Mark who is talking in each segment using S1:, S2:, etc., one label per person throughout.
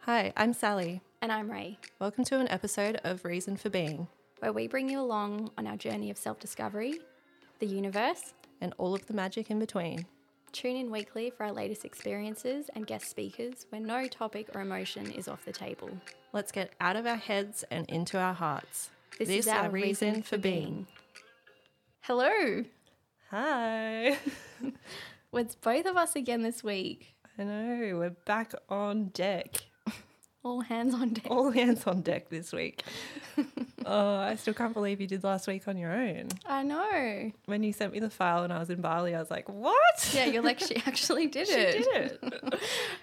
S1: Hi, I'm Sally.
S2: And I'm Ray,
S1: Welcome to an episode of Reason for Being
S2: where we bring you along on our journey of self discovery, the universe.
S1: and all of the magic in between.
S2: Tune in weekly for our latest experiences and guest speakers where no topic or emotion is off the table.
S1: Let's get out of our heads and into our hearts.
S2: Hello!
S1: Hi.
S2: It's both of us again this week.
S1: I know, we're back on deck.
S2: All hands on deck.
S1: All hands on deck this week. oh, I still can't believe you did last week on your own.
S2: I know.
S1: When you sent me the file and I was in Bali, I was like, what?
S2: Yeah, you're like, she actually did it.
S1: She did it.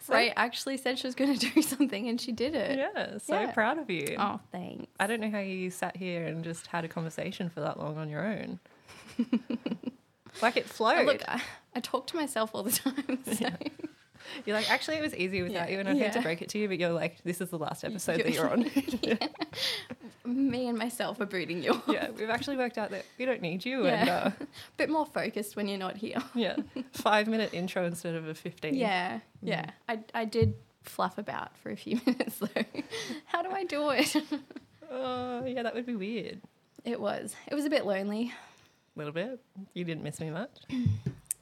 S2: Ray actually said she was going to do something and she did it.
S1: yeah, so
S2: Yeah.
S1: proud of you.
S2: Oh, thanks.
S1: I don't know how you sat here and just had a conversation for that long on your own. like it flowed.
S2: Look, I, I talk to myself all the time. So.
S1: you're like, actually, it was easy without
S2: Yeah.
S1: you, and I hate to
S2: Yeah.
S1: break it to you, but you're like, this is the last episode that you're on.
S2: me and myself are booting you. A
S1: yeah, we've actually worked out that we don't need you,
S2: Yeah.
S1: and uh,
S2: Bit more focused when you're not here.
S1: yeah, five minute intro instead of a fifteen.
S2: Yeah,
S1: Mm.
S2: yeah. I, I did fluff about for a few minutes though. How do I do it?
S1: Oh, yeah, that would be weird.
S2: It was it was a bit lonely.
S1: A little bit. You didn't miss me much.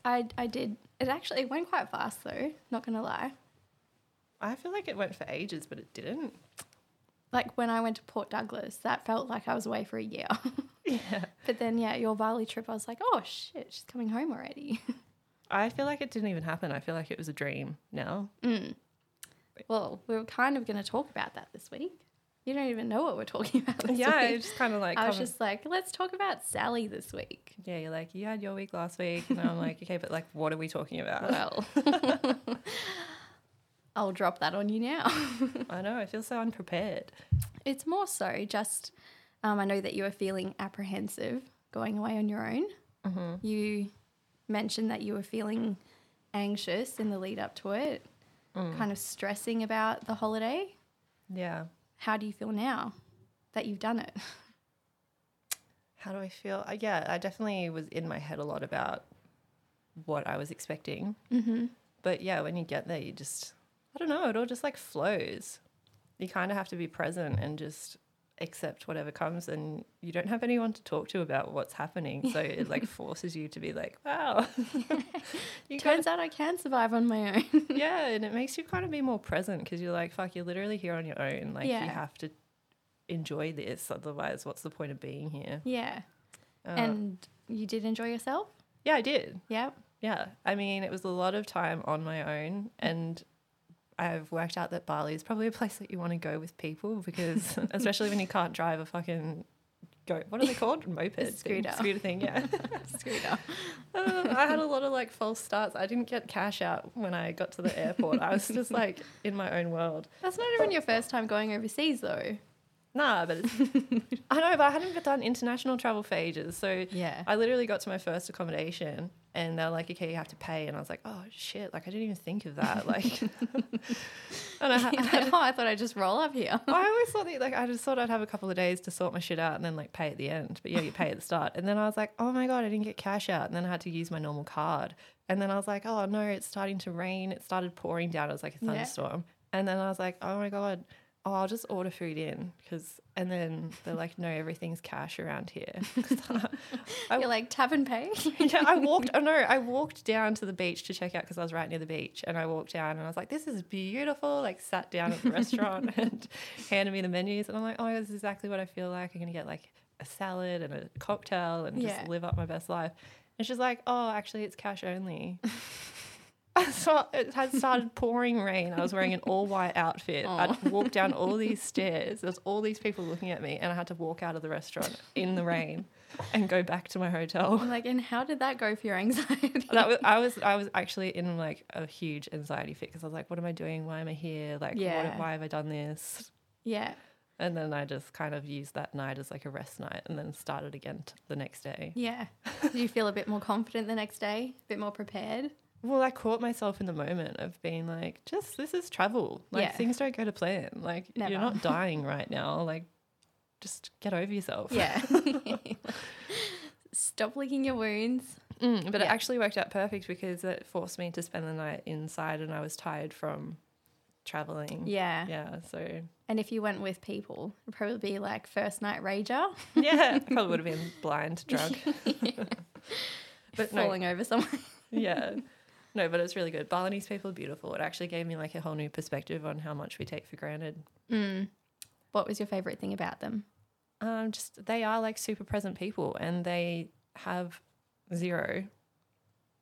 S2: I I did it actually it went quite fast though. Not gonna lie.
S1: I feel like it went for ages, but it didn't.
S2: Like when I went to Port Douglas, that felt like I was away for a year.
S1: Yeah.
S2: but then yeah, your Bali trip, I was like, oh shit, she's coming home already.
S1: I feel like it didn't even happen. I feel like it was a dream now.
S2: well, we were kind of gonna talk about that this week. You don't even know what we're talking about. This
S1: yeah,
S2: week.
S1: it's just kind of like
S2: I was
S1: come-
S2: just like, let's talk about Sally this week.
S1: Yeah, you're like, you had your week last week. And I'm like, okay, but like, what are we talking about?
S2: Well, I'll drop that on you now.
S1: I know, I feel so unprepared.
S2: It's more so just, um, I know that you were feeling apprehensive going away on your own. Mm-hmm. You mentioned that you were feeling anxious in the lead up to it, kind of stressing about the holiday.
S1: Yeah.
S2: How do you feel now that you've done it?
S1: How do I feel? Uh, yeah, I definitely was in my head a lot about what I was expecting. Mm-hmm. But yeah, when you get there, you just, I don't know, it all just like flows. You kind of have to be present and just accept whatever comes and you don't have anyone to talk to about what's happening so it like forces you to be like wow you
S2: Turns out I can survive on my own.
S1: yeah, and it makes you kind of be more present because you're like, fuck, you're literally here on your own. Like,
S2: Yeah.
S1: you have to enjoy this. Otherwise, what's the point of being here? Uh,
S2: yeah. Uh. and you did enjoy yourself?
S1: Yeah, I did.
S2: Yeah.
S1: Yeah. I mean, it was a lot of time on my own. And I've worked out that Bali is probably a place that you want to go with people because, especially when you can't drive a fucking. Go, what are they called? Moped. thing.
S2: Scooter.
S1: Scooter thing, yeah.
S2: Screwed up.
S1: Uh, I had a lot of like false starts. I didn't get cash out when I got to the airport. I was just like in my own world.
S2: That's not even your first time going overseas though.
S1: Nah, but it's, I know, but I hadn't done international travel for ages. So
S2: Yeah.
S1: I literally got to my first accommodation and they're like, okay, you have to pay. And I was like, oh shit, like I didn't even think of that. Like, and I, ha-
S2: You're like, oh, I thought I'd just roll up here.
S1: I always thought that, like, I just thought I'd have a couple of days to sort my shit out and then like pay at the end. But yeah, you pay at the start. And then I was like, oh my God, I didn't get cash out. And then I had to use my normal card. And then I was like, oh no, it's starting to rain. It started pouring down. It was like a
S2: Yeah.
S1: thunderstorm. And then I was like, oh my God, oh, I'll just order food in. Cause, and then they're like, no, everything's cash around here. 'Cause I- I-
S2: You're like, tap and pay?
S1: yeah, I walked. Oh no, I walked down to the beach to check out because I was right near the beach, and I walked down and I was like, "This is beautiful." Like, sat down at the restaurant and handed me the menus, and I'm like, "Oh, this is exactly what I feel like. I'm gonna get like a salad and a cocktail and
S2: Yeah.
S1: just live up my best life." And she's like, "Oh, actually, it's cash only." so it had started pouring rain. I was wearing an all white outfit. I'd walked down all these stairs. There's all these people looking at me, and I had to walk out of the restaurant in the rain and go back to my hotel.
S2: I'm like, and how did that go for your anxiety?
S1: That was, I was I was actually in like a huge anxiety fit because I was like, what am I doing? Why am I here? Like,
S2: Yeah.
S1: what, why have I done this?
S2: yeah.
S1: And then I just kind of used that night as like a rest night, and then started again t- the next day.
S2: Yeah. Did you feel a bit more confident the next day? A bit more prepared?
S1: Well, I caught myself in the moment of being like, just this is travel. Like
S2: Yeah.
S1: things don't go to plan. Like
S2: Never.
S1: you're not dying right now. Like just get over yourself.
S2: Yeah. Stop licking your wounds.
S1: Mm, but it
S2: Yeah.
S1: actually worked out perfect because it forced me to spend the night inside, and I was tired from traveling.
S2: Yeah.
S1: Mm. Yeah. So
S2: And if you went with people, it'd probably be like first night rager,
S1: yeah, I probably would have been blind, drunk. but no,
S2: falling over somewhere.
S1: yeah. No, but it's really good. Balinese people are beautiful. It actually gave me like a whole new perspective on how much we take for granted.
S2: Mm. What was your favorite thing about them?
S1: Um, just they are like super present people and they have zero.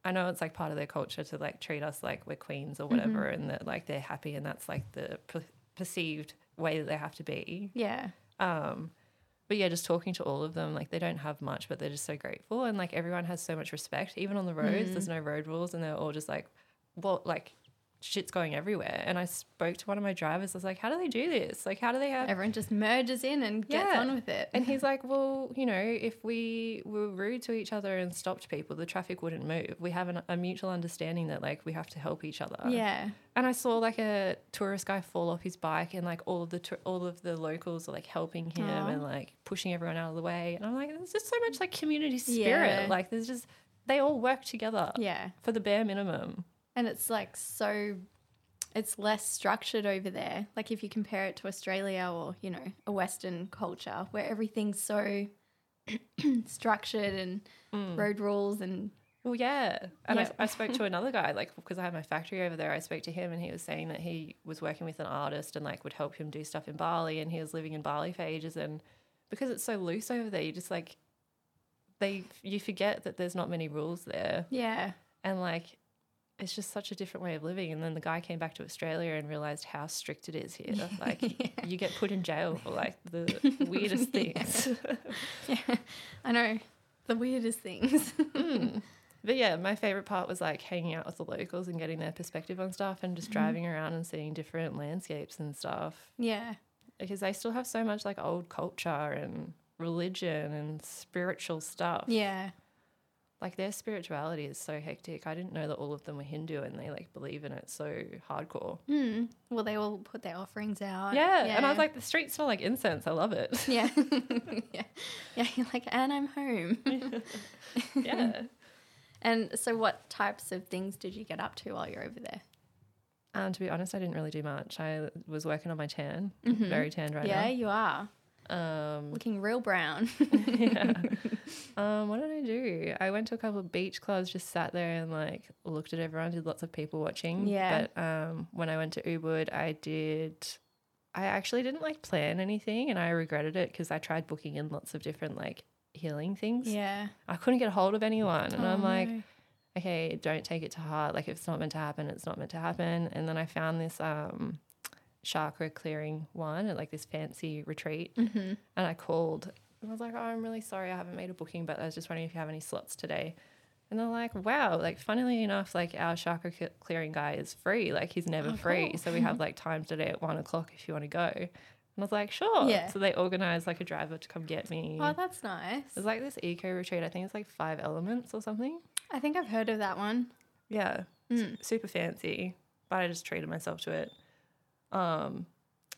S1: I know it's like part of their culture to like treat us like we're queens or whatever and that like they're happy and that's like the per- perceived way that they have to be.
S2: Yeah.
S1: Um, but yeah, just talking to all of them, like they don't have much, but they're just so grateful. And like everyone has so much respect, even on the roads, there's no road rules. And they're all just like, well, like shit's going everywhere. And I spoke to one of my drivers, I was like, how do they do this? Like, how do they have
S2: Everyone just merges in and gets
S1: Yeah.
S2: on with it.
S1: and he's like, well, you know, if we were rude to each other and stopped people, the traffic wouldn't move. We have an, a mutual understanding that like we have to help each other.
S2: yeah.
S1: And I saw like a tourist guy fall off his bike, and like all of the tour all of the locals are like helping him
S2: Aw.
S1: and like pushing everyone out of the way. And I'm like, there's just so much like community spirit.
S2: Yeah.
S1: Like there's just they all work together
S2: Yeah.
S1: for the bare minimum.
S2: And it's like so, it's less structured over there. Like if you compare it to Australia or, you know, a Western culture where everything's so structured and
S1: Mm.
S2: road rules and
S1: Well, yeah. And
S2: Yeah.
S1: I, I spoke to another guy, like, because I had my factory over there, I spoke to him and he was saying that he was working with an artist and, like, would help him do stuff in Bali. And he was living in Bali for ages. And because it's so loose over there, you just, like, they, you forget that there's not many rules there.
S2: yeah.
S1: And, like, it's just such a different way of living. And then the guy came back to Australia and realized how strict it is here. Like, you get put in jail for, like, the weirdest things.
S2: Yeah. I know the weirdest things.
S1: But yeah, my favorite part was like hanging out with the locals and getting their perspective on stuff and just driving around and seeing different landscapes and stuff
S2: yeah.
S1: because they still have so much like old culture and religion and spiritual stuff.
S2: Yeah.
S1: Like their spirituality is so hectic. I didn't know that all of them were Hindu and they like believe in it so hardcore.
S2: Mm. Well, they all put their offerings out.
S1: Yeah. And I was like, the streets smell like incense. I love it.
S2: yeah, yeah, yeah. You're like, and I'm home.
S1: yeah.
S2: and so, what types of things did you get up to while you're over there?
S1: And Um, to be honest, I didn't really do much. I was working on my tan, very tanned right
S2: yeah,
S1: now.
S2: you are
S1: Um,
S2: looking real brown.
S1: yeah. Um, what did I do? I went to a couple of beach clubs, just sat there and like looked at everyone, did lots of people watching.
S2: Yeah.
S1: But um, when I went to Ubud, I did. I actually didn't like plan anything, and I regretted it because I tried booking in lots of different like healing things.
S2: yeah,
S1: I couldn't get a hold of anyone, and I'm
S2: Oh,
S1: like,
S2: no.
S1: okay, don't take it to heart. Like if it's not meant to happen, it's not meant to happen. And then I found this um, chakra clearing one at like this fancy retreat,
S2: Mm-hmm.
S1: and I called and I was like, oh, I'm really sorry, I haven't made a booking, but I was just wondering if you have any slots today. And they're like, wow, like funnily enough, like our chakra c- clearing guy is free. Like he's never free.
S2: Oh, cool.
S1: So we have like time today at one o'clock if you want to go. And I was like, sure.
S2: Yeah.
S1: So they organized like a driver to come get me.
S2: oh, that's nice.
S1: it was like this eco retreat. I think it's like five elements or something.
S2: I think I've heard of that one.
S1: Yeah. s- super fancy, but I just treated myself to it. Um,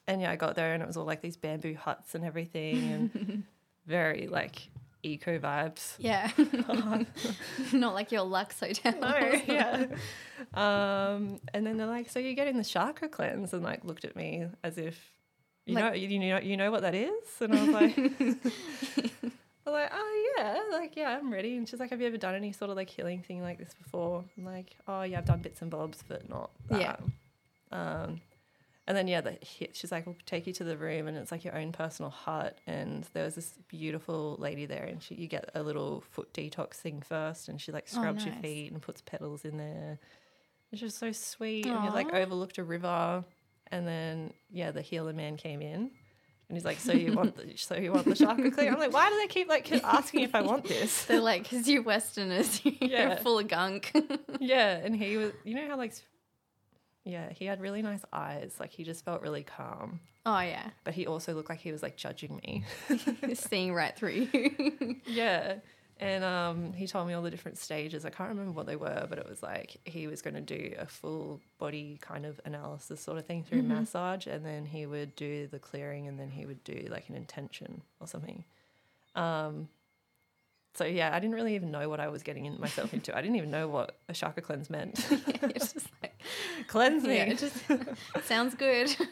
S1: and yeah, I got there and it was all like these bamboo huts and everything and very like eco vibes.
S2: Yeah, not like your Lux hotel.
S1: No, yeah. Um, and then they're like, so you're getting the chakra cleanse and like looked at me as if, you
S2: Like-
S1: know, you, you know, you know what that is? And I was like, I'm like, oh yeah, like yeah, I'm ready. And she's like, have you ever done any sort of like healing thing like this before? I'm like, oh yeah, I've done bits and bobs, but not that.
S2: Yeah.
S1: Um, and then yeah, the hit, she's like, we'll take you to the room, and it's like your own personal hut. And there was this beautiful lady there, and she, you get a little foot detox thing first, and she like scrubs your
S2: Oh, nice.
S1: feet and puts petals in there. It's just so sweet, and you like
S2: Aw.
S1: overlooked a river, and then yeah, the healer man came in. And he's like, "So you want the so you want the chakra clear?" I'm like, "Why do they keep like asking if I want this?"
S2: They're like, because you Westerners, you're
S1: Yeah.
S2: full of gunk.
S1: yeah, and he was, you know how like, s- yeah, he had really nice eyes. Like he just felt really calm,
S2: oh yeah,
S1: but he also looked like he was like judging me.
S2: seeing right through you.
S1: yeah, and um, he told me all the different stages. I can't remember what they were, but it was like he was going to do a full body kind of analysis sort of thing through
S2: Mm-hmm.
S1: massage, and then he would do the clearing, and then he would do like an intention or something. Um, so yeah, I didn't really even know what I was getting in, myself into. I didn't even know what a chakra cleanse meant.
S2: it's just like
S1: cleansing.
S2: Yeah, it just sounds good.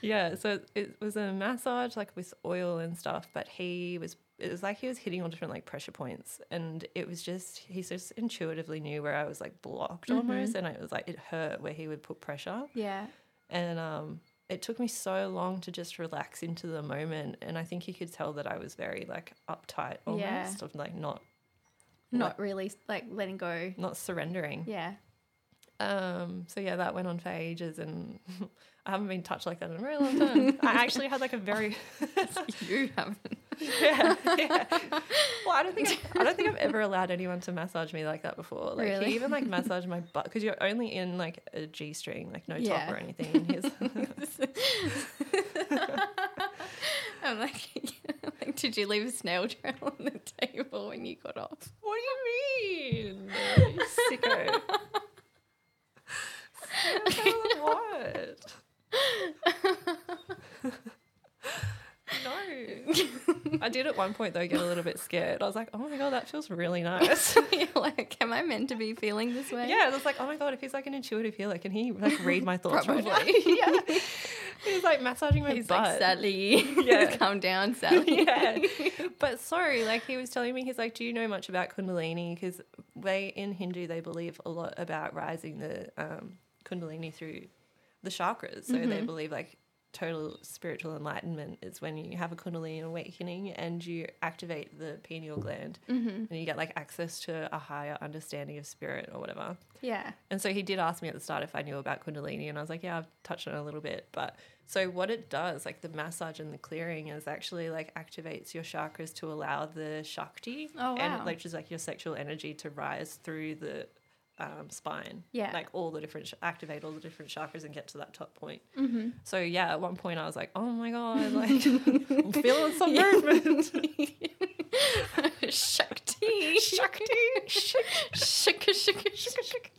S1: Yeah, so it was a massage like with oil and stuff, but he was it was like he was hitting on different like pressure points and it was just he just intuitively knew where I was like blocked
S2: Mm-hmm.
S1: almost and it was like it hurt where he would put pressure.
S2: yeah.
S1: And um it took me so long to just relax into the moment and I think he could tell that I was very like uptight almost
S2: Yeah.
S1: of like not
S2: Not really like letting go.
S1: not surrendering.
S2: Yeah.
S1: Um so yeah, that went on for ages and I haven't been touched like that in a very long time. I actually had like a very
S2: You haven't.
S1: yeah, yeah. Well, I don't think I've, I don't think I've ever allowed anyone to massage me like that before. Like
S2: Really?
S1: he even like massaged my butt because you're only in like a g string, like no
S2: Yeah.
S1: top or anything. And he's
S2: I'm like, like, did you leave a snail trail on the table when you got off?
S1: what do you mean, you sicko? Sicko what? no. I did at one point though get a little bit scared. I was like, oh my god, that feels really nice.
S2: You're like, am I meant to be feeling this way?
S1: Yeah, it's like, oh my god, if he's like an intuitive healer, can he like read my thoughts? right now?
S2: Probably.
S1: yeah. He's like massaging my
S2: He's like,
S1: butt.
S2: Sally,
S1: Yeah.
S2: calm down, Sally.
S1: yeah. But sorry, like he was telling me, he's like, do you know much about Kundalini? Because they in Hindu they believe a lot about rising the um, Kundalini through the chakras. So
S2: Mm-hmm.
S1: they believe like total spiritual enlightenment is when you have a Kundalini awakening and you activate the pineal gland
S2: Mm-hmm.
S1: and you get like access to a higher understanding of spirit or whatever.
S2: Yeah.
S1: And so he did ask me at the start if I knew about Kundalini, and I was like, yeah, I've touched on it a little bit. But so what it does, like the massage and the clearing, is actually like activates your chakras to allow the Shakti,
S2: Oh, wow.
S1: and like just like your sexual energy to rise through the um, spine,
S2: Yeah.
S1: like all the different sh- activate all the different chakras and get to that top point.
S2: Mm-hmm.
S1: So yeah, at one point I was like, oh my god, like I'm feeling some movement.
S2: Shakti. Shakti. Shaka, shaka, shaka, shaka.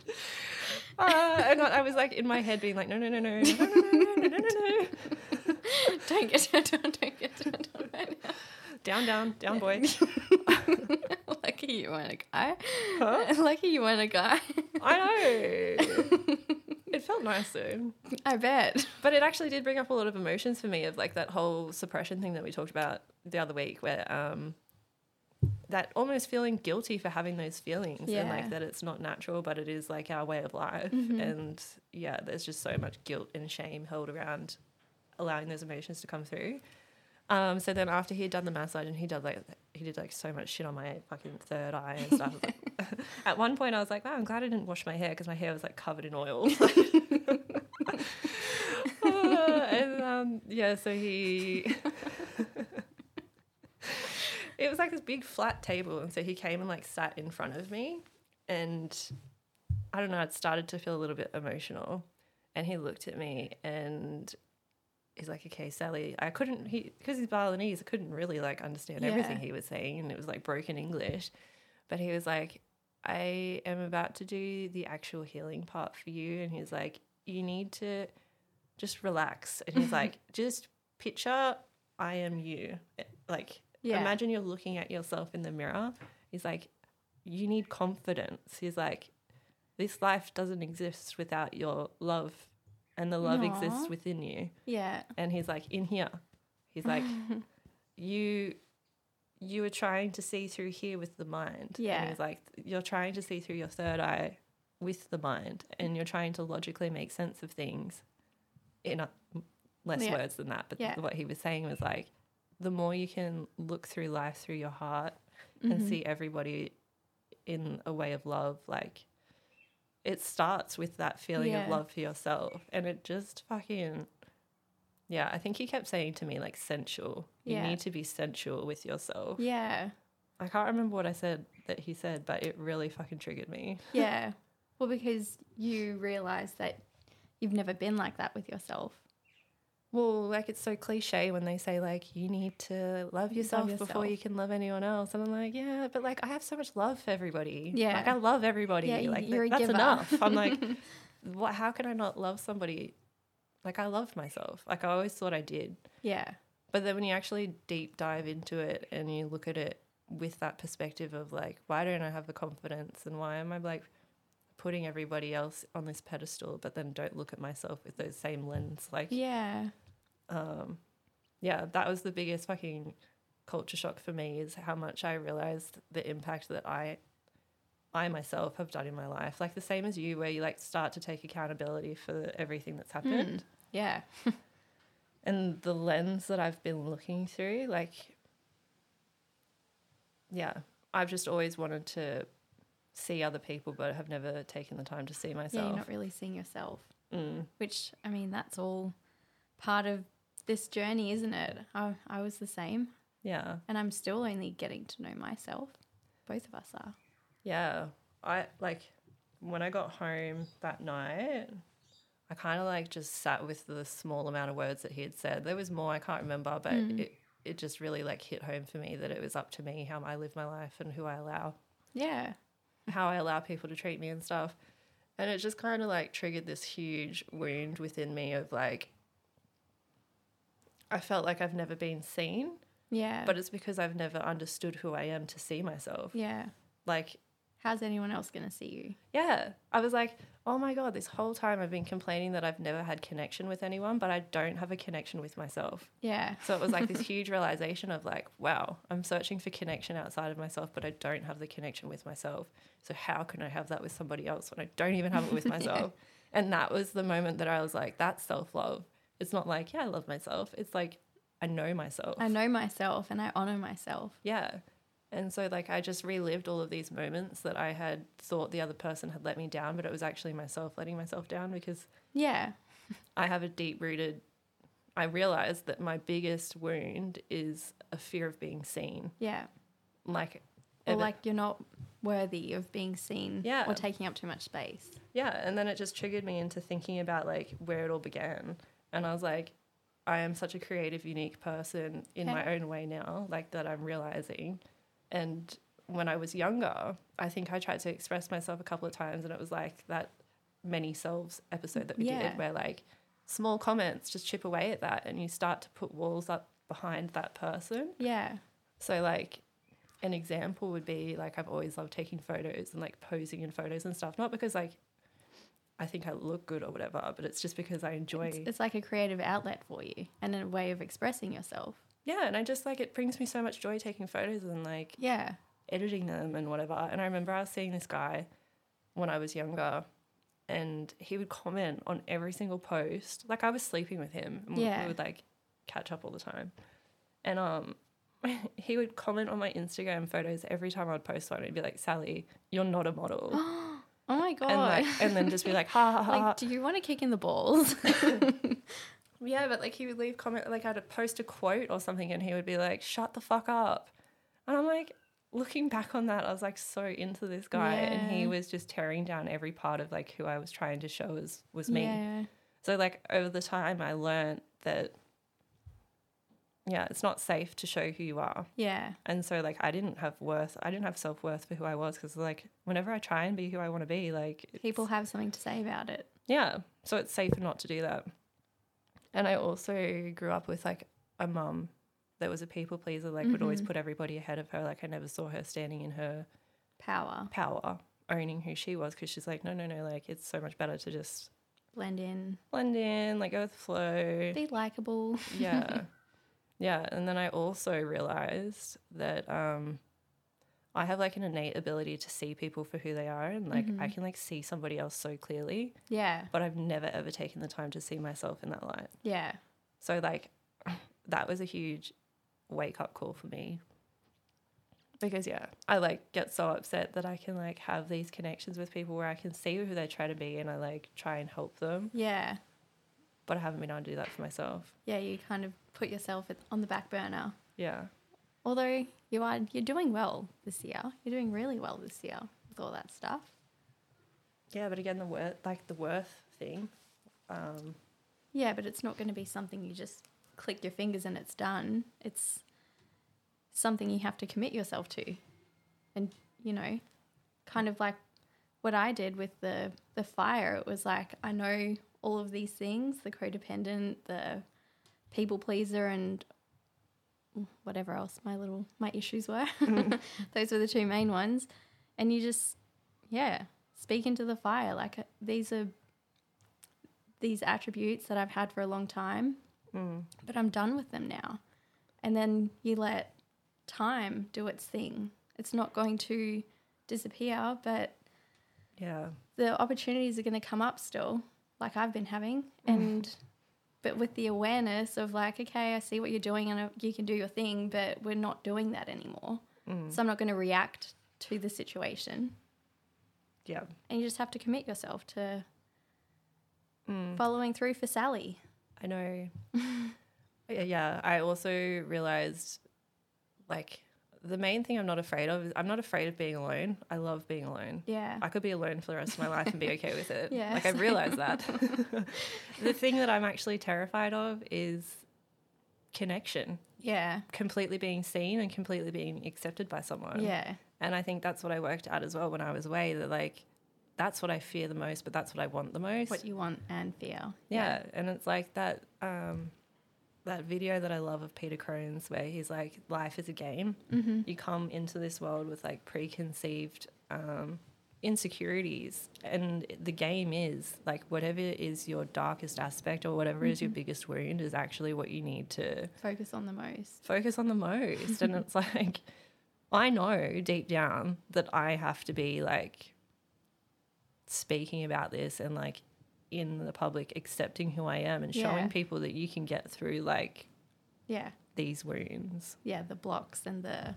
S1: Uh, and I I was like in my head being like, no, no, no, no, no, no, no, no, no, no, no, no.
S2: Don't get down, don't, don't get down, down right
S1: down, down, down, boy.
S2: now. Lucky you weren't a guy. Lucky you weren't a guy.
S1: I know. it felt nice though.
S2: I bet.
S1: But it actually did bring up a lot of emotions for me of like that whole suppression thing that we talked about the other week where um that almost feeling guilty for having those feelings and
S2: Yeah.
S1: like that it's not natural but it is like our way of life
S2: Mm-hmm.
S1: and yeah there's just so much guilt and shame held around allowing those emotions to come through um so then after he had done the massage and he did like he did like so much shit on my fucking third eye and stuff at one point i was like wow i'm glad i didn't wash my hair because my hair was like covered in oil Uh, and um, yeah, so he. it was like this big flat table, and so he came and like sat in front of me, and I don't know, I'd started to feel a little bit emotional, and he looked at me and. He's like, okay, Sally. I couldn't, he because he's Balinese, I couldn't really like understand everything
S2: Yeah.
S1: he was saying, and it was like broken English. But he was like, I am about to do the actual healing part for you. And he's like, You need to just relax. And
S2: Mm-hmm.
S1: he's like, Just picture I am you. Like,
S2: Yeah.
S1: imagine you're looking at yourself in the mirror. He's like, You need confidence. He's like, This life doesn't exist without your love, and the love exists
S2: Aw.
S1: within you
S2: Yeah.
S1: and he's like in here he's like you you were trying to see through here with the mind
S2: Yeah.
S1: and he's like you're trying to see through your third eye with the mind and you're trying to logically make sense of things in a, less
S2: Yeah.
S1: words than that but
S2: Yeah.
S1: what he was saying was like the more you can look through life through your heart
S2: Mm-hmm.
S1: and see everybody in a way of love like it starts with that feeling
S2: Yeah.
S1: of love for yourself and it just fucking yeah i think he kept saying to me like sensual you
S2: Yeah.
S1: need to be sensual with yourself
S2: Mm-hmm. Yeah.
S1: i can't remember what i said that he said but it really fucking triggered me
S2: Yeah. Well, because you realize that you've never been like that with yourself.
S1: well like it's so cliche when they say like you need to love yourself, before
S2: yourself.
S1: you can love anyone else and i'm like yeah but like i have so much love for everybody
S2: Yeah.
S1: like i love everybody
S2: Yeah, you-
S1: like
S2: you're a
S1: that's
S2: giver.
S1: enough i'm like what how can i not love somebody like i loved myself like i always thought i did
S2: Yeah.
S1: But then when you actually deep dive into it and you look at it with that perspective of like, why don't I have the confidence and why am I like putting everybody else on this pedestal, but then don't look at myself with those same lens. Like,
S2: Yeah.
S1: um, yeah, that was the biggest fucking culture shock for me is how much I realized the impact that I, I myself have done in my life. Like the same as you, where you like start to take accountability for everything that's happened
S2: Yeah. Hmm.
S1: and the lens that I've been looking through, like, yeah, I've just always wanted to see other people, but have never taken the time to see
S2: Yeah, you're
S1: myself.
S2: not really seeing yourself.
S1: mm.
S2: Which I mean, that's all part of this journey, isn't it? I, I was the same,
S1: yeah,
S2: and I'm still only getting to know myself. Both of us are.
S1: yeah. I like when I got home that night. I kind of like just sat with the small amount of words that he had said. There was more I can't remember, but it it just really like hit home for me that it was up to me how I live my life and who I allow
S2: Yeah.
S1: how I allow people to treat me and stuff. And it just kind of like triggered this huge wound within me of like, I felt like I've never been seen,
S2: Yeah.
S1: but it's because I've never understood who I am to see myself.
S2: yeah.
S1: Like,
S2: How's anyone else gonna see you?
S1: yeah, I was like, oh my God, this whole time I've been complaining that I've never had connection with anyone, but I don't have a connection with myself.
S2: Yeah.
S1: So it was like this huge realization of like, wow, I'm searching for connection outside of myself, but I don't have the connection with myself. So how can I have that with somebody else when I don't even have it with myself? And that was the moment that I was like, that's self love. It's not like, yeah, I love myself. It's like, I know myself.
S2: I know myself and I honor myself.
S1: yeah. And so, like, I just relived all of these moments that I had thought the other person had let me down, but it was actually myself letting myself down because
S2: Yeah.
S1: I have a deep rooted. I realized that my biggest wound is a fear of being seen.
S2: Yeah.
S1: Like,
S2: Or
S1: ever-
S2: like you're not worthy of being seen
S1: Yeah.
S2: or taking up too much space.
S1: yeah. And then it just triggered me into thinking about like where it all began. And I was like, I am such a creative, unique person in my own way now, like that I'm realizing. And when I was younger, I think I tried to express myself a couple of times, and it was like that many selves episode that we
S2: Yeah.
S1: did, where like small comments just chip away at that, and you start to put walls up behind that person.
S2: Yeah.
S1: So like an example would be like I've always loved taking photos and like posing in photos and stuff. Not because like I think I look good or whatever, but it's just because I enjoy
S2: It's, it's like a creative outlet for you and a way of expressing yourself.
S1: Yeah, and I just like it brings me so much joy taking photos and like
S2: Yeah.
S1: editing them and whatever. And I remember I was seeing this guy when I was younger and he would comment on every single post. Like I was sleeping with him and we-
S2: Yeah.
S1: we would like catch up all the time. And um he would comment on my Instagram photos every time I'd post one. He'd be like, Sally, you're not a model.
S2: Oh my god.
S1: and like and then just be like, ha ha ha.
S2: like, do you want to kick in the balls?
S1: Yeah, but like he would leave comment like I'd post a quote or something and he would be like, Shut the fuck up. And I'm like, looking back on that, I was like so into this guy and he
S2: Yeah.
S1: was just tearing down every part of like who I was trying to show as was me.
S2: Yeah.
S1: So like over the time I learned that yeah, it's not safe to show who you are.
S2: Yeah.
S1: And so like I didn't have worth I didn't have self worth for who I was because like whenever I try and be who I want to be, like it's-
S2: People have something to say about it.
S1: yeah so it's safer not to do that and i also grew up with like a mum that was a people pleaser like would always put everybody ahead of her like i never saw her standing in her
S2: Power.
S1: power owning who she was because she's like no no no like it's so much better to just
S2: Blend in.
S1: blend in like go with the flow
S2: Be likable.
S1: yeah yeah and then i also realized that um i have like an innate ability to see people for who they are and like i can like see somebody else so clearly
S2: Yeah.
S1: but i've never ever taken the time to see myself in that light
S2: Yeah.
S1: So like that was a huge wake up call for me. Because yeah, I like get so upset that I can like have these connections with people where I can see who they try to be and I like try and help them,
S2: Yeah.
S1: but I haven't been able to do that for myself.
S2: Yeah. You kind of put yourself at- on the back burner.
S1: Yeah.
S2: Although you are you're doing well this year. You're doing really well this year with all that stuff.
S1: Yeah, but again the worth like the worth thing. Um
S2: Yeah, but it's not going to be something you just click your fingers and it's done. It's something you have to commit yourself to. And, you know, kind of like what I did with the the fire, it was like I know all of these things, the codependent, the people pleaser and whatever else my little my issues were. Those were the two main ones. And you just yeah, speak into the fire. Like uh, these are these attributes that I've had for a long time, but I'm done with them now. And then you let time do its thing. It's not going to disappear, but
S1: Yeah.
S2: the opportunities are going to come up still, like I've been having, and but with the awareness of like, okay, I see what you're doing, and uh, you can do your thing, but we're not doing that anymore. So I'm not going to react to the situation,
S1: Yeah.
S2: and you just have to commit yourself to following through for Sally.
S1: I know. Yeah, yeah. I also realized like the main thing I'm not afraid of is I'm not afraid of being alone. I love being alone.
S2: Yeah,
S1: I could be alone for the rest of my life and be okay with it.
S2: Yeah,
S1: Like I
S2: same.
S1: realized that. the thing that I'm actually terrified of is connection,
S2: yeah,
S1: completely being seen and completely being accepted by someone.
S2: yeah,
S1: And I think that's what I worked at as well when I was away that like that's what I fear the most, but that's what I want the most.
S2: what you want and fear.
S1: Yeah, and it's like that um, that video that I love of Peter Crohn's where he's like, "Life is a game. You come into this world with like preconceived um, insecurities, and the game is like whatever is your darkest aspect or whatever is your biggest wound is actually what you need to
S2: Focus on the most.
S1: focus on the most." and it's like, I know deep down that I have to be like speaking about this and like in the public accepting who I am and
S2: Yeah.
S1: showing people that you can get through like
S2: Yeah,
S1: these wounds.
S2: yeah, the blocks and the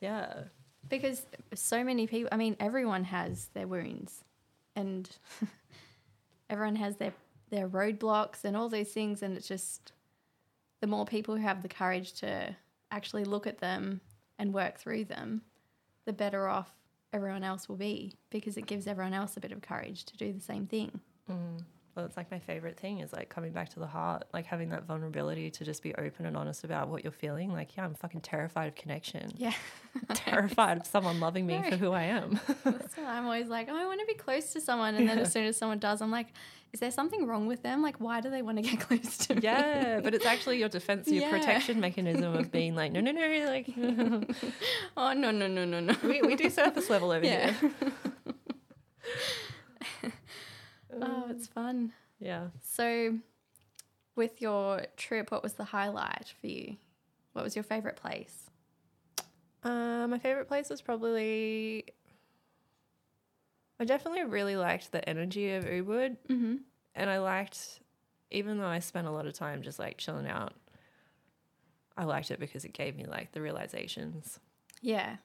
S1: Yeah.
S2: Because so many people, I mean, everyone has their wounds and everyone has their, their roadblocks and all those things. And it's just the more people who have the courage to actually look at them and work through them, the better off everyone else will be because it gives everyone else a bit of courage to do the same thing.
S1: Well, it's like my favorite thing is like coming back to the heart, like having that vulnerability to just be open and honest about what you're feeling. Like, yeah, I'm fucking terrified of connection,
S2: Yeah.
S1: terrified of someone loving me
S2: No.
S1: for who I am.
S2: So I'm always like, oh, I want to be close to someone. And then as soon as someone does, I'm like, is there something wrong with them? Like, why do they want to get close to me?
S1: yeah, but it's actually your defense, your
S2: Yeah.
S1: protection mechanism of being like, no, no, no, like
S2: Oh, no, no, no, no, no.
S1: we, we do surface level over
S2: Yeah.
S1: here.
S2: oh, it's fun.
S1: Yeah.
S2: So, with your trip, what was the highlight for you? What was your favorite place?
S1: Uh, my favorite place was probably. I definitely really liked the energy of Ubud,
S2: Mm-hmm.
S1: and I liked, even though I spent a lot of time just like chilling out. I liked it because it gave me like the realizations.
S2: Yeah.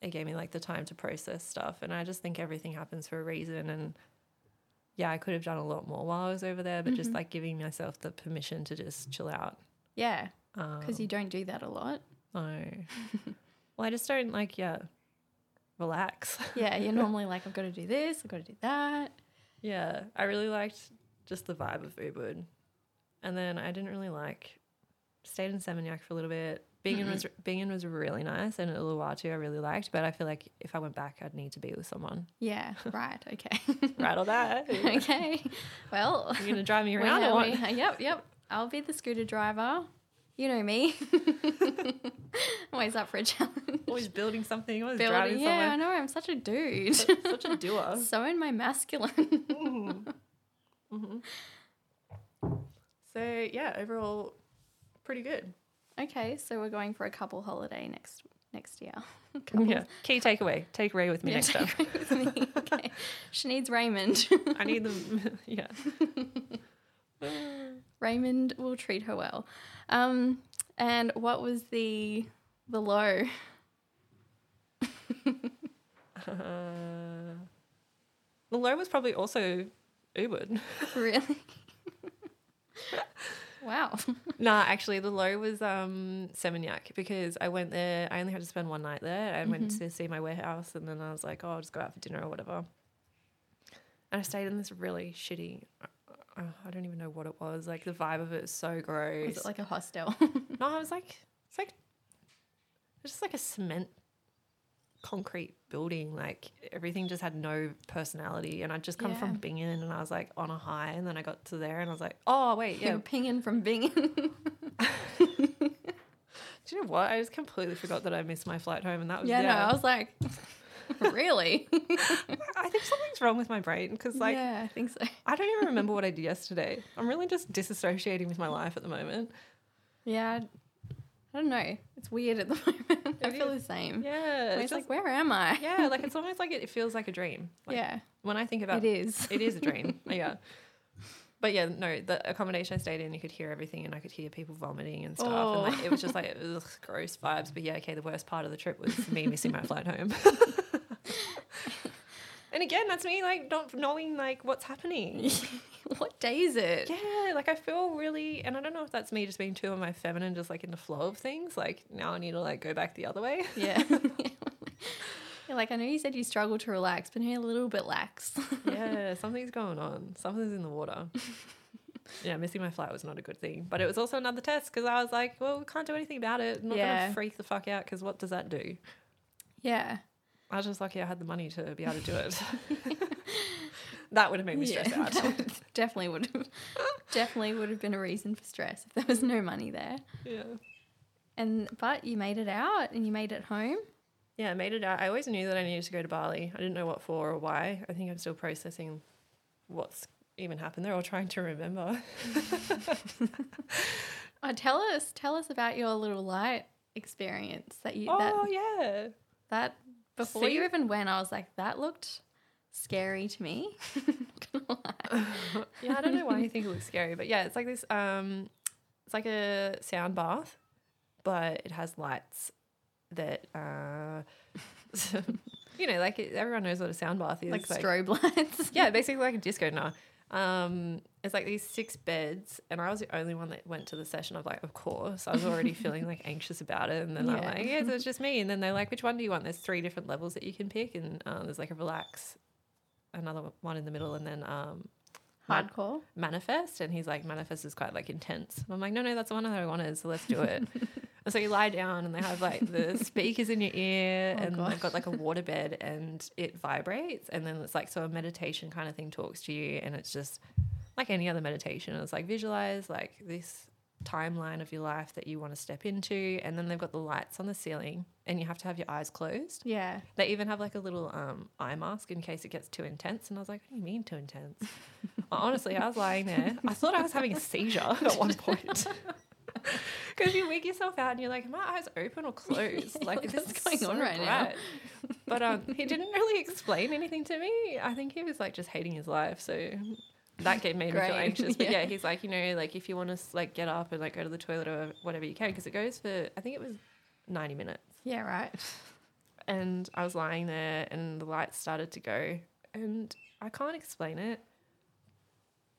S1: It gave me like the time to process stuff, and I just think everything happens for a reason. And yeah, I could have done a lot more while I was over there, but just like giving myself the permission to just chill out.
S2: Yeah.
S1: Um,
S2: Because you don't do that a lot.
S1: no, well, I just don't like yeah, relax.
S2: Yeah. You're normally like, I've got to do this, I've got to do that.
S1: Yeah, I really liked just the vibe of Ubud. And then I didn't really like stayed in Seminyak for a little bit. Bingen was Bingen was really nice and Uluwatu I really liked, but I feel like if I went back I'd need to be with someone.
S2: Yeah. Right. Okay.
S1: Right or that. You're
S2: okay. Well,
S1: gonna drive me
S2: we
S1: around or
S2: know-
S1: what?
S2: we- yep. Yep. I'll be the scooter driver. You know me. always up for a challenge.
S1: Always building something, always
S2: Building.
S1: driving
S2: Yeah, I
S1: someone.
S2: know. I'm such a dude.
S1: Such a doer.
S2: so in my masculine.
S1: So yeah, overall pretty good.
S2: Okay, so we're going for a couple holiday next next year. Couple.
S1: Yeah. Key takeaway. Take Ray with me
S2: Yeah,
S1: next time.
S2: take it with me. Okay. She needs Raymond.
S1: I need them yeah. Uh,
S2: Raymond will treat her well. Um, and what was the the low?
S1: Uh, the low was probably also Ubud.
S2: Really? wow.
S1: nah, actually, the low was um, Seminyak because I went there. I only had to spend one night there. I went
S2: Mm-hmm.
S1: to see my warehouse, and then I was like, "Oh, I'll just go out for dinner or whatever." And I stayed in this really shitty. Uh, I don't even know what it was. Like the vibe of it is so gross.
S2: Was it like a hostel?
S1: no, I was like, it's like, it's just like a cement concrete building. Like everything just had no personality. And I'd just come from
S2: Yeah.
S1: Bingen and I was like on a high. And then I got to there and I was like, oh, wait,
S2: You
S1: yeah.
S2: were pinging from Bingen.
S1: Do you know what? I just completely forgot that I missed my flight home. And that was,
S2: Oh, yeah,
S1: yeah.
S2: no, I was like, really?
S1: I think something's wrong with my brain because, like,
S2: yeah, I think so.
S1: I don't even remember what I did yesterday. I'm really just disassociating with my life at the moment.
S2: Yeah, I don't know. It's weird at the moment. I
S1: It
S2: feel the same.
S1: Yeah.
S2: I'm
S1: It's
S2: Mm. always
S1: just,
S2: like, where am I?
S1: yeah, like it's almost like it, it feels like a dream. Like,
S2: yeah,
S1: When I think about
S2: it is.
S1: it is a dream. yeah. But yeah, no, the accommodation I stayed in, you could hear everything and I could hear people vomiting and stuff.
S2: Oh.
S1: And like, it was just like, it was gross vibes. But yeah, okay, the worst part of the trip was me missing my flight home. and again, that's me like not knowing like what's happening.
S2: what day is it?
S1: Yeah, like I feel really, and I don't know if that's me just being too on my feminine, just like in the flow of things. Like now I need to like go back the other way.
S2: Yeah. You're like, I know you said you struggle to relax, but you're a little bit lax.
S1: yeah, something's going on. Something's in the water. yeah, missing my flight was not a good thing, but it was also another test because I was like, well, we can't do anything about it. I'm not
S2: Yeah.
S1: gonna freak the fuck out because what does that do?
S2: yeah.
S1: I was just lucky I had the money to be able to do it. that would have made me stress
S2: Yeah.
S1: out.
S2: definitely would have definitely would have been a reason for stress if there was no money there.
S1: yeah.
S2: And but you made it out and you made it home.
S1: Yeah, I made it out. I always knew that I needed to go to Bali. I didn't know what for or why. I think I'm still processing what's even happened there or trying to remember.
S2: Oh, tell us tell us about your little light experience that you
S1: Oh
S2: that
S1: yeah.
S2: that before you
S1: See?
S2: even went, I was like, that looked scary to me. Not gonna lie.
S1: yeah, I don't know why you think it looks scary, but yeah, it's like this. Um, it's like a sound bath, but it has lights that, uh, you know, like it, everyone knows what a sound bath is.
S2: like strobe lights.
S1: yeah, basically like a disco now. Um, it's like these six beds, and I was the only one that went to the session. Of like, of course, I was already feeling like anxious about it, and then I'm
S2: Yeah.
S1: like, yeah, so it's just me. And then they're like, which one do you want? There's three different levels that you can pick, and um, there's like a relax, another one in the middle, and then um, Mad-
S2: Hardcore.
S1: manifest and he's like manifest is quite like intense and i'm like no no that's the one that i wanted so let's do it And so you lie down and they have like the speakers in your ear
S2: Oh,
S1: and
S2: gosh.
S1: they've got like a water bed and it vibrates and then it's like so a meditation kind of thing talks to you and it's just like any other meditation it's like visualize like this timeline of your life that you want to step into and then they've got the lights on the ceiling and you have to have your eyes closed
S2: Yeah.
S1: they even have like a little um, eye mask in case it gets too intense. And I was like, what do you mean too intense? Well, honestly, I was lying there. I thought I was having a seizure at one point. Because you wig yourself out and you're like, "Are my eyes open or closed? Like,
S2: What
S1: this
S2: is
S1: is
S2: going
S1: so
S2: on right now?"
S1: bright. But um, he didn't really explain anything to me. I think he was like just hating his life. So that gave made me feel
S2: Great.
S1: anxious. But
S2: Yeah.
S1: yeah. he's like, you know, like if you want to like get up and like go to the toilet or whatever you can, because it goes for I think it was ninety minutes
S2: Yeah, right.
S1: and I was lying there and the lights started to go and I can't explain it.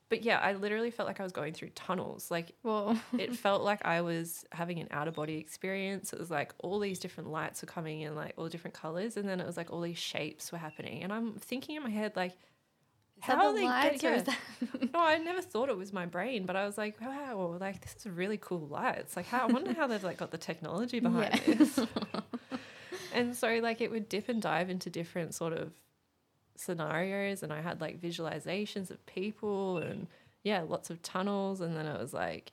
S1: But yeah, I literally felt like I was going through tunnels. Like
S2: Well,
S1: it felt like I was having an out of body experience. It was like all these different lights were coming in, like all different colors, and then it was like all these shapes were happening. And I'm thinking in my head, like,
S2: how
S1: how are
S2: the
S1: they
S2: lights
S1: get,
S2: or
S1: yeah.
S2: is that
S1: No, I never thought it was my brain, but I was like, wow, like this is really cool lights. Like, how I wonder how they've like got the technology behind
S2: Yeah.
S1: this. and so, like, it would dip and dive into different sort of scenarios, and I had like visualizations of people, and yeah, lots of tunnels, and then it was like.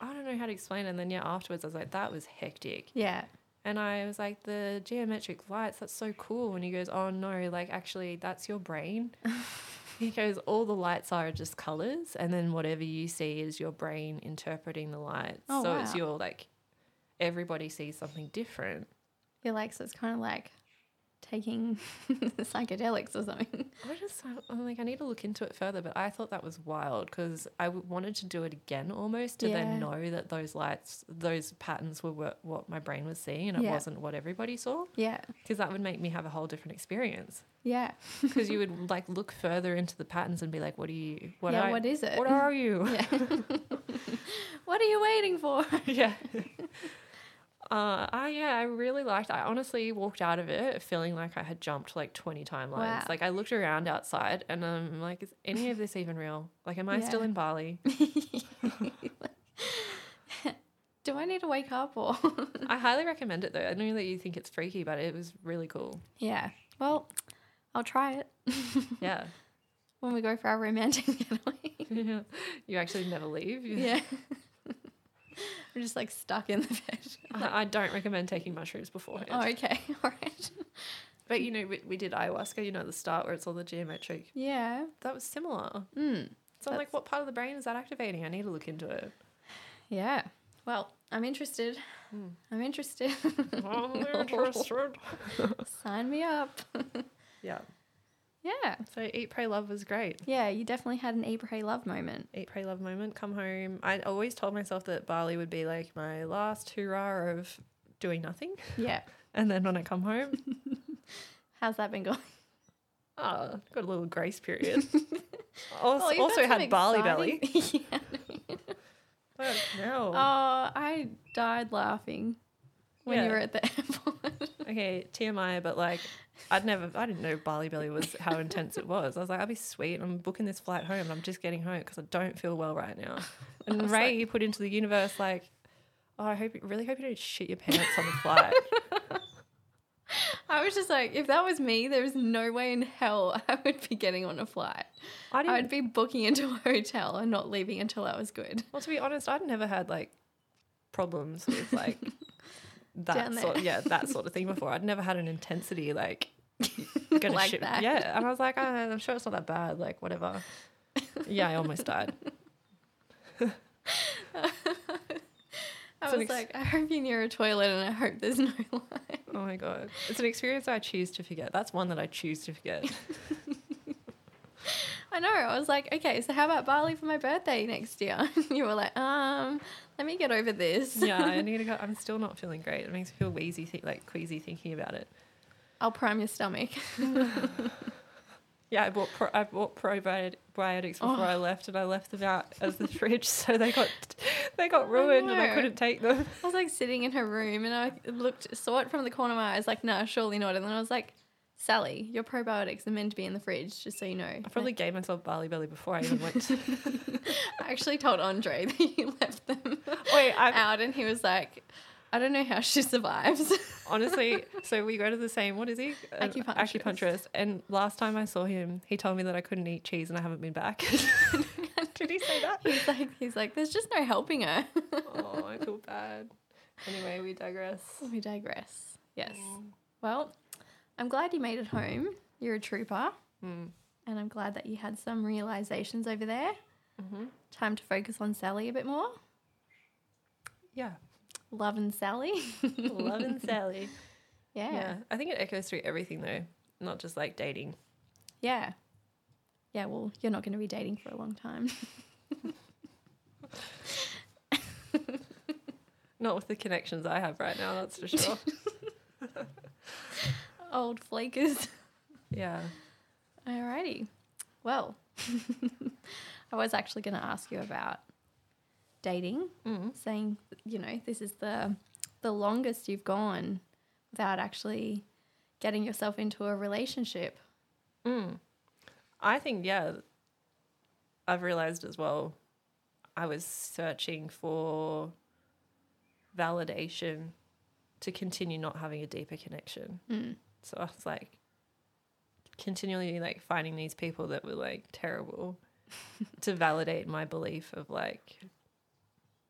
S1: I don't know how to explain it. And then, yeah, afterwards, I was like, that was hectic.
S2: Yeah.
S1: And I was like, the geometric lights, that's so cool. And he goes, oh no, like actually, that's your brain. he goes, all the lights are just colors. And then whatever you see is your brain interpreting the lights.
S2: Oh,
S1: so it's
S2: wow.
S1: your like, everybody sees something different.
S2: You're like, so it's kind of like taking psychedelics or something.
S1: I just, I'm like, I need to look into it further. But I thought that was wild because I w- wanted to do it again almost to
S2: Yeah.
S1: then know that those lights, those patterns were what, what my brain was seeing and it
S2: Yeah.
S1: wasn't what everybody saw
S2: Yeah.
S1: because that would make me have a whole different experience.
S2: Yeah.
S1: because you would like look further into the patterns and be like, "What are you? What
S2: yeah.
S1: are?
S2: what is it?
S1: what are you?"
S2: yeah. what are you waiting for?
S1: yeah. Uh, I yeah, I really liked. I honestly walked out of it feeling like I had jumped like twenty timelines.
S2: Wow.
S1: Like I looked around outside and I'm like, is any of this even real? Like, am I still
S2: Yeah.
S1: in Bali?
S2: Do I need to wake up or?
S1: I highly recommend it though. I know that you think it's freaky, but it was really cool.
S2: yeah. Well, I'll try it
S1: Yeah,
S2: when we go for our romantic getaway.
S1: you actually never leave. You-
S2: yeah. I'm just like stuck in the bed.
S1: I, I don't recommend taking mushrooms beforehand.
S2: Oh, okay. All right.
S1: But you know, we, we did ayahuasca, you know, at the start where it's all the geometric.
S2: Yeah.
S1: That was similar.
S2: Mm.
S1: So I'm
S2: That's-
S1: like, what part of the brain is that activating? I need to look into it.
S2: Yeah. Hmm. Well, I'm interested. I'm interested.
S1: I'm
S2: No.
S1: interested.
S2: Sign me up.
S1: Yeah.
S2: yeah.
S1: So Eat, Pray, Love was great.
S2: Yeah, you definitely had an Eat, Pray, Love moment.
S1: Eat, Pray, Love moment, come home. I always told myself that Bali would be like my last hurrah of doing nothing.
S2: Yeah.
S1: And then when I come home,
S2: How's that been going?
S1: oh, got a little grace period. also
S2: Oh, you've
S1: also
S2: some
S1: had Bali
S2: exciting-
S1: Belly.
S2: yeah.
S1: But no.
S2: Oh, I died laughing when you
S1: Yeah.
S2: were at the airport.
S1: Okay, TMI, but like, I'd never, I didn't know Bali Belly was how intense it was. I was like, I'll be sweet. I'm booking this flight home and I'm just getting home because I don't feel well right now. And
S2: was
S1: Ray put into the universe, like, oh, I hope, really hope you don't shit your pants on the flight.
S2: I was just like, if that was me, there is no way in hell I would be getting on a flight.
S1: I
S2: I would
S1: didn't,
S2: be booking into a hotel and not leaving until I was good.
S1: well, to be honest, I'd never had like problems with like that
S2: Down
S1: sort,
S2: there.
S1: yeah, that sort of thing before. I'd never had an intensity like gonna
S2: like
S1: shit.
S2: that.
S1: Yeah. And I was like, oh, I'm sure it's not that bad. Like, whatever. Yeah, I almost died.
S2: I
S1: It's an ex-
S2: was like, I hope you near a toilet and I hope there's no line.
S1: Oh my god. It's an experience I choose to forget. That's one that I choose to forget.
S2: I know. I was like, okay, so how about Bali for my birthday next year? you were like, um, let me get over this.
S1: yeah, I need to go. I'm still not feeling great. It makes me feel wheezy, thi- like queasy thinking about it.
S2: I'll prime your stomach.
S1: Yeah, I bought pro- I bought probiotics before I left, and I left them out as the fridge, so they got they got ruined, and I
S2: no.
S1: couldn't take them.
S2: I was like sitting in her room and I looked, saw it from the corner of my eyes, like, no, surely not. And then I was like, Sally, your probiotics are meant to be in the fridge, just so you know.
S1: I probably gave myself barley belly before I even went.
S2: I actually told Andre that you left them
S1: Wait, I
S2: out and he was like, I don't know how she survives.
S1: honestly. So we go to the same. What is he? An
S2: Acupuncturist.
S1: acupuncturist. And last time I saw him, he told me that I couldn't eat cheese, and I haven't been back. Did he say that?
S2: he's like, he's like, there's just no helping her.
S1: oh, I feel bad. Anyway, we digress.
S2: we digress. Yes. Well, I'm glad you made it home. You're a trooper.
S1: Hmm.
S2: And I'm glad that you had some realizations over there. Time to focus on Sally a bit more.
S1: Yeah.
S2: Love and Sally.
S1: Love and Sally.
S2: yeah.
S1: Yeah.
S2: yeah.
S1: I think it echoes through everything though, not just like dating.
S2: Yeah. well, you're not going to be dating for a long time.
S1: Not with the connections I have right now, that's for sure.
S2: Old flakers.
S1: yeah.
S2: Alrighty. Well, I was actually going to ask you about dating,
S1: Hmm.
S2: saying, you know, this is the the longest you've gone without actually getting yourself into a relationship.
S1: I think, yeah, I've realized as well, I was searching for validation to continue not having a deeper connection. So I was like, continually like finding these people that were like terrible to validate my belief of like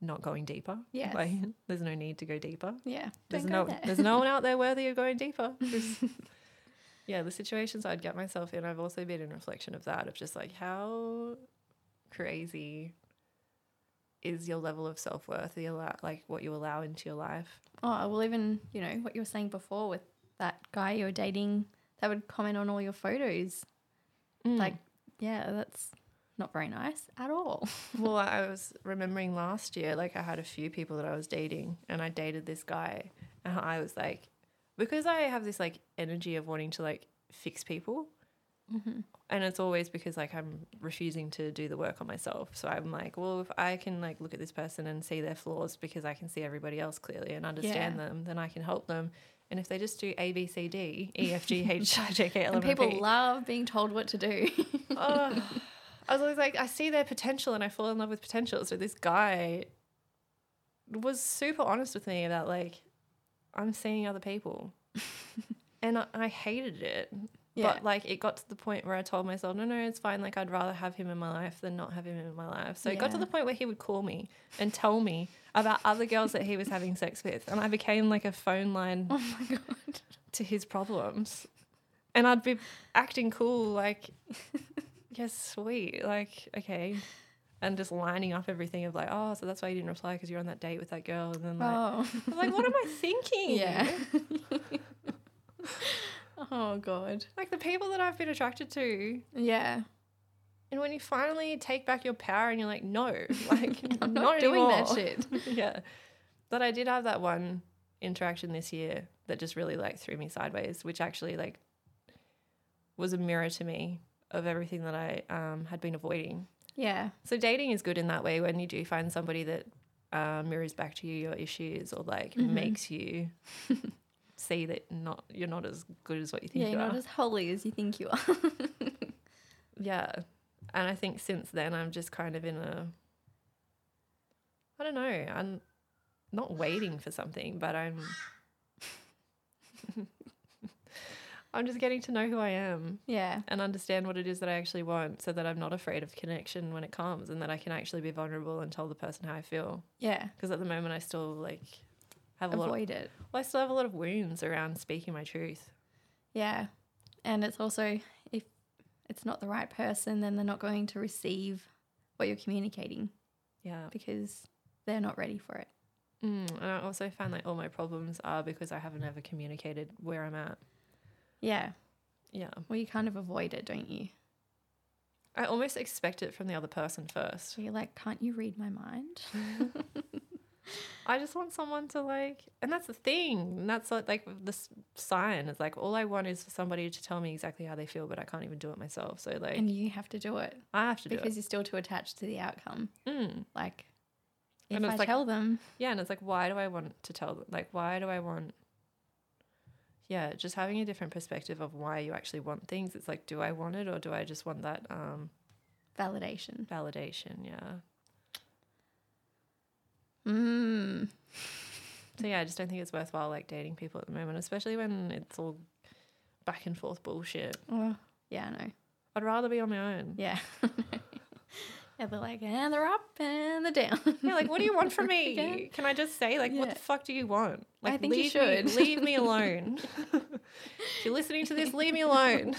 S1: not going deeper.
S2: Yes.
S1: Like there's no need to go deeper.
S2: Yeah.
S1: There's
S2: don't go
S1: no
S2: there.
S1: there's no one out there worthy of going deeper. Just- yeah, the situations I'd get myself in, I've also been in reflection of that of just like how crazy is your level of self worth, the allow, like what you allow into your life.
S2: Oh, well, even, you know, what you were saying before with that guy you were dating that would comment on all your photos.
S1: Mm.
S2: Like, yeah, that's not very nice at all.
S1: Well, I was remembering last year, like I had a few people that I was dating, and I dated this guy, and I was like, because I have this like energy of wanting to like fix people,
S2: Mm-hmm.
S1: and it's always because like I'm refusing to do the work on myself. So I'm like, well, if I can like look at this person and see their flaws because I can see everybody else clearly and understand them, then I can help them. And if they just do A B C D E F G H I J K L
S2: And
S1: M N
S2: people
S1: P,
S2: love being told what to do.
S1: Oh, I was always like, I see their potential and I fall in love with potential. So this guy was super honest with me about like, I'm seeing other people. and I, I hated it.
S2: Yeah.
S1: But like it got to the point where I told myself, no, no, it's fine. Like I'd rather have him in my life than not have him in my life. So it got to
S2: Yeah.
S1: the point where he would call me and tell me about other girls that he was having sex with. And I became like a phone line
S2: oh my God.
S1: to his problems. and I'd be acting cool, like, yes, sweet, like, okay. And just lining up everything of like, oh, so that's why you didn't reply because you're on that date with that girl. And then, like,
S2: Oh,
S1: I'm like, what am I thinking?
S2: yeah. oh, God.
S1: Like, the people that I've been attracted to.
S2: Yeah.
S1: And when you finally take back your power and you're like, no, like,
S2: I'm not,
S1: not
S2: doing that
S1: anymore.
S2: shit.
S1: yeah. But I did have that one interaction this year that just really like threw me sideways, which actually like was a mirror to me of everything that I um, had been avoiding.
S2: Yeah.
S1: So dating is good in that way when you do find somebody that uh, mirrors back to you your issues or like
S2: Mm-hmm.
S1: makes you see that not you're not as good as what you think
S2: Yeah,
S1: you
S2: you're
S1: are.
S2: not as holy as you think you are.
S1: yeah. And I think since then I'm just kind of in a I don't know, I'm not waiting for something, but I'm I'm just getting to know who I am
S2: yeah.
S1: and understand what it is that I actually want so that I'm not afraid of connection when it comes and that I can actually be vulnerable and tell the person how I feel
S2: Yeah.
S1: because at the moment I still like have a lot of,
S2: Avoid it.
S1: well, I still have a lot of wounds around speaking my truth.
S2: Yeah. And it's also if it's not the right person, then they're not going to receive what you're communicating
S1: Yeah.
S2: because they're not ready for it.
S1: Mm, and I also found that all my problems are because I haven't ever communicated where I'm at.
S2: Yeah.
S1: Yeah.
S2: Well, you kind of avoid it, don't you?
S1: I almost expect it from the other person first.
S2: So you're like, can't you read my mind?
S1: I just want someone to like, and that's the thing. And that's what, like this sign is like, all I want is for somebody to tell me exactly how they feel, but I can't even do it myself. So, like,
S2: and you have to do it
S1: I have to do
S2: because
S1: it.
S2: you're still too attached to the outcome.
S1: Mm.
S2: Like, if
S1: And it's
S2: I
S1: like-
S2: tell them,
S1: Yeah. And it's like, why do I want to tell them? Like, why do I want, yeah, just having a different perspective of why you actually want things. It's like, do I want it or do I just want that um,
S2: validation.
S1: validation? Yeah.
S2: Mm.
S1: So yeah, I just don't think it's worthwhile like dating people at the moment, especially when it's all back and forth bullshit.
S2: Oh, yeah, I know.
S1: I'd rather be on my own.
S2: Yeah. yeah, they're like, and they're up and they're down.
S1: Yeah, like what do you want from me?
S2: Again?
S1: Can I just say like what
S2: Yeah.
S1: the fuck do you want? Like
S2: think you
S1: leave
S2: should.
S1: Me, leave me alone. if you're listening to this, leave me alone.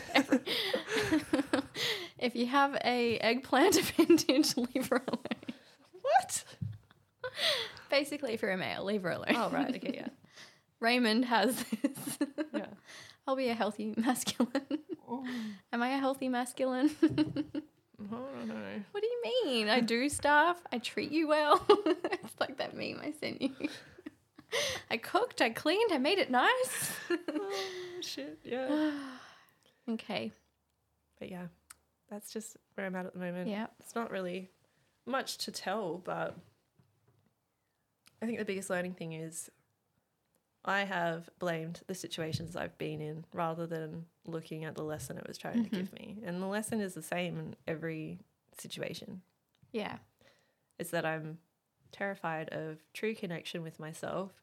S2: if you have a eggplant appendage, leave her alone.
S1: what?
S2: Basically, if you're a male, leave her alone.
S1: Oh right, okay, yeah.
S2: Raymond has this.
S1: Yeah.
S2: I'll be a healthy masculine. Am I a healthy masculine?
S1: Oh, I don't know.
S2: what do you mean? I do stuff. I treat you well. it's like that meme I sent you. I cooked. I cleaned. I made it nice.
S1: Oh, shit, yeah.
S2: okay.
S1: But yeah. That's just where I'm at at the moment.
S2: Yeah.
S1: It's not really much to tell, but I think the biggest learning thing is I have blamed the situations I've been in rather than looking at the lesson it was trying to give me. And the lesson is the same in every situation.
S2: Yeah.
S1: It's that I'm terrified of true connection with myself.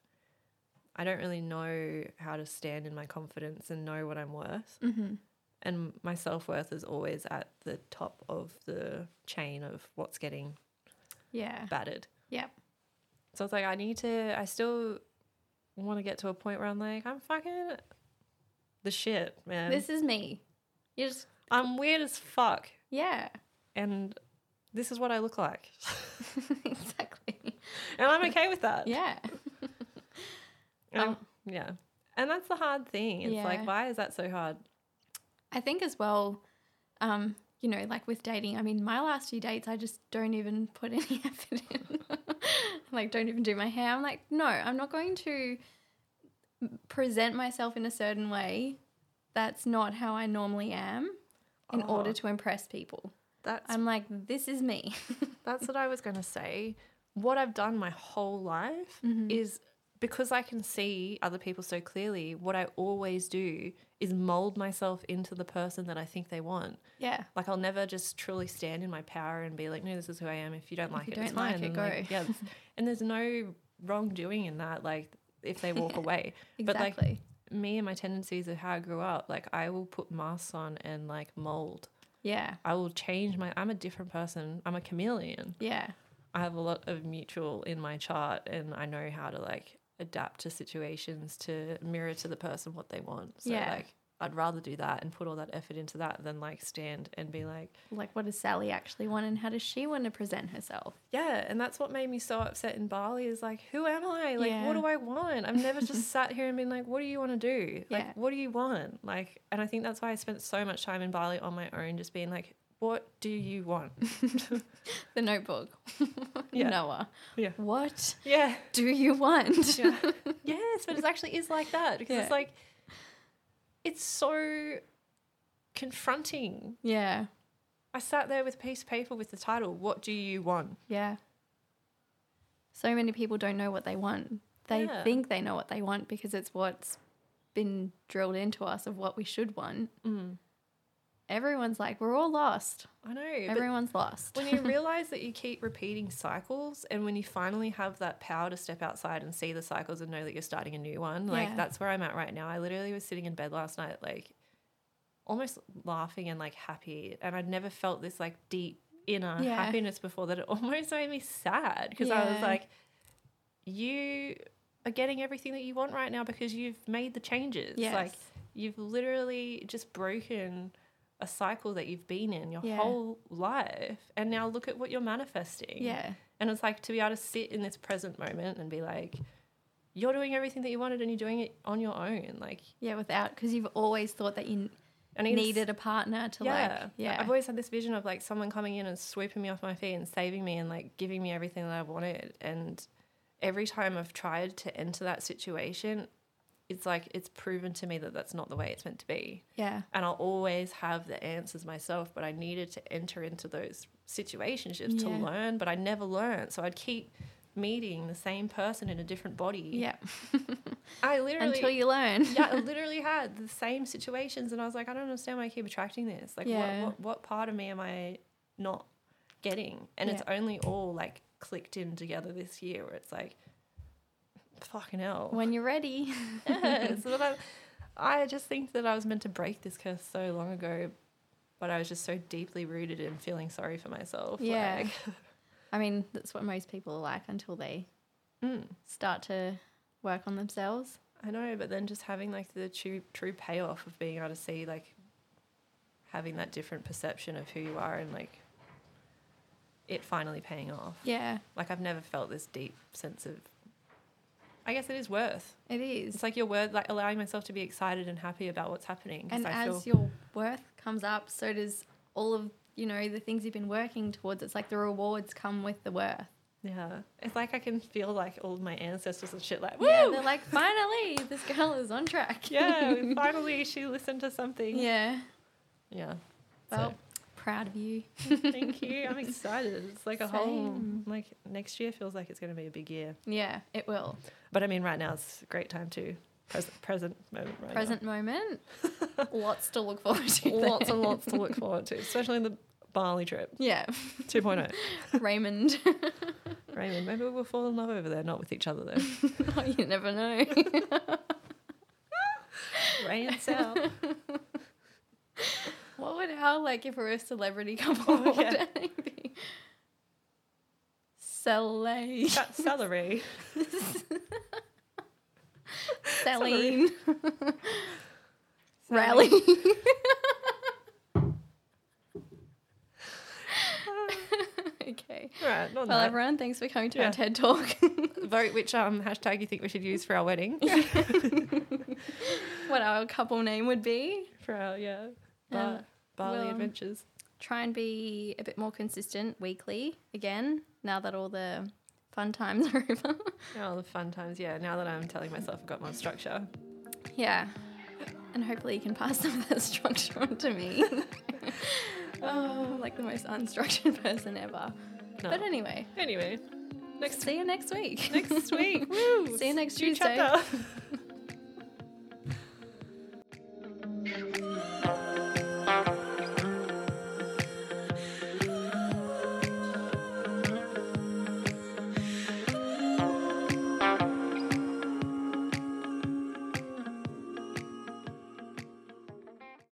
S1: I don't really know how to stand in my confidence and know what I'm worth.
S2: Mm-hmm.
S1: And my self worth is always at the top of the chain of what's getting
S2: Yeah.
S1: battered.
S2: Yep.
S1: So it's like I need to. I still want to get to a point where I'm like, I'm fucking the shit, man.
S2: This is me. You just
S1: I'm weird as fuck,
S2: yeah.
S1: and this is what I look like,
S2: exactly.
S1: and I'm okay with that.
S2: Yeah. Um,
S1: And I'm- yeah. And that's the hard thing. It's
S2: Yeah.
S1: like, why is that so hard?
S2: I think as well, um, you know, like with dating, I mean, my last few dates, I just don't even put any effort in. like, don't even do my hair. I'm like, no, I'm not going to present myself in a certain way. That's not how I normally am in
S1: Oh.
S2: order to impress people.
S1: That's
S2: I'm like, this is me.
S1: that's what I was gonna say. What I've done my whole life
S2: Mm-hmm.
S1: is because I can see other people so clearly. What I always do is mold myself into the person that I think they want.
S2: yeah.
S1: Like I'll never just truly stand in my power and be like, no, this is who I am. If you don't like
S2: you
S1: it, it's
S2: don't like
S1: fine.
S2: it,
S1: And, like,
S2: go.
S1: yeah, it's- and there's no wrongdoing in that. Like if they walk away, but like
S2: Exactly.
S1: me and my tendencies of how I grew up, like I will put masks on and like mold.
S2: yeah.
S1: I will change my. I'm a different person. I'm a chameleon.
S2: Yeah.
S1: I have a lot of mutual in my chart, and I know how to like adapt to situations to mirror to the person what they want. So
S2: Yeah.
S1: like I'd rather do that and put all that effort into that than like stand and be like,
S2: Like, what does Sally actually want and how does she want to present herself?
S1: yeah. And that's what made me so upset in Bali is like, who am I? Like,
S2: Yeah.
S1: what do I want? I've never just sat here and been like, what do you want to do? Like,
S2: Yeah.
S1: what do you want? Like, and I think that's why I spent so much time in Bali on my own, just being like, what do you want?
S2: The notebook.
S1: Yeah.
S2: Noah.
S1: Yeah.
S2: What
S1: Yeah.
S2: do you want?
S1: Yeah. yes, but it actually is like that because
S2: Yeah.
S1: it's like, it's so confronting.
S2: yeah.
S1: I sat there with a piece of paper with the title, What Do You Want?
S2: Yeah. So many people don't know what they want. They
S1: Yeah.
S2: think they know what they want because it's what's been drilled into us of what we should want.
S1: Mm.
S2: Everyone's like, we're all lost.
S1: I know. but
S2: Everyone's lost.
S1: when you realize that you keep repeating cycles and when you finally have that power to step outside and see the cycles and know that you're starting a new one like
S2: Yeah.
S1: that's where i'm at right now i literally was sitting in bed last night like almost laughing and like happy and i'd never felt this like deep inner
S2: Yeah.
S1: happiness before that it almost made me sad because i was
S2: Yeah.
S1: like you are getting everything that you want right now because you've made the changes
S2: Yes.
S1: like you've literally just broken a cycle that you've been in your
S2: Yeah.
S1: whole life and now look at what you're manifesting
S2: yeah.
S1: and it's like to be able to sit in this present moment and be like you're doing everything that you wanted and you're doing it on your own like
S2: Yeah. Without, because you've always thought that you
S1: and even s-
S2: needed a partner to like, yeah.
S1: I've always had this vision of like someone coming in and swooping me off my feet and saving me and like giving me everything that I wanted. And every time I've tried to enter that situation, it's like it's proven to me that that's not the way it's meant to be.
S2: yeah.
S1: And I'll always have the answers myself, but I needed to enter into those situationships to
S2: Yeah.
S1: learn, but I never learned. So I'd keep meeting the same person in a different body.
S2: Yeah.
S1: I literally
S2: Until you learn.
S1: yeah, I literally had the same situations, and I was like, I don't understand why I keep attracting this. Like,
S2: Yeah.
S1: what, what what part of me am I not getting? And it's only all like clicked in together this year, where it's like, fucking hell.
S2: When you're ready.
S1: Yeah, so that I, I just think that I was meant to break this curse so long ago, but I was just so deeply rooted in feeling sorry for myself.
S2: Yeah.
S1: like,
S2: I mean, that's what most people are like until they
S1: mm.
S2: start to work on themselves.
S1: I know, but then just having like the true true payoff of being able to see like having that different perception of who you are and like it finally paying off.
S2: Yeah.
S1: Like I've never felt this deep sense of I guess it is worth.
S2: It is.
S1: It's like your word like allowing myself to be excited and happy about what's happening. 'cause
S2: And
S1: I
S2: as
S1: feel,
S2: your worth comes up, so does all of you know the things you've been working towards. It's like the rewards come with the worth.
S1: yeah. It's like I can feel like all my ancestors and shit like, Woo
S2: Yeah,
S1: Yeah,
S2: they're like, finally, this girl is on track.
S1: finally she listened to something.
S2: yeah.
S1: Yeah. So-
S2: Well, proud of you.
S1: Thank you. I'm excited. It's like a whole
S2: Same.
S1: like next year feels like it's gonna be a big year.
S2: Yeah, it will.
S1: But I mean, right now it's a great time to present present moment. Right
S2: Present moment, lots to look forward to.
S1: now. lots
S2: there.
S1: and lots to look forward to, especially the Bali trip
S2: Yeah,
S1: 2.0.
S2: Raymond. Oh,
S1: Raymond, maybe we'll fall in love over there, not with each other though.
S2: you never know.
S1: Ray and Sal.
S2: What would our like if we were a celebrity couple?
S1: Oh,
S2: what would
S1: yeah.
S2: they be? Sally.
S1: Cut celery.
S2: Celine. Rally. okay.
S1: Right, not
S2: Well,
S1: that.
S2: everyone, thanks for coming to
S1: Yeah.
S2: our TED Talk.
S1: Vote which um, hashtag you think we should use for our wedding.
S2: what our couple name would be.
S1: for our, yeah, Bar-
S2: Uh,
S1: Bali
S2: well-
S1: adventures.
S2: Try and be a bit more consistent weekly again, now that all the fun times are over.
S1: Oh, the fun times. Yeah, now that I'm telling myself I've got more structure.
S2: Yeah. And hopefully you can pass some of that structure on to me. oh, I'm like the most unstructured person ever.
S1: No.
S2: But anyway,
S1: anyway, next
S2: see you next week.
S1: next week. Woo!
S2: See you next
S1: New
S2: Tuesday.
S1: chapter.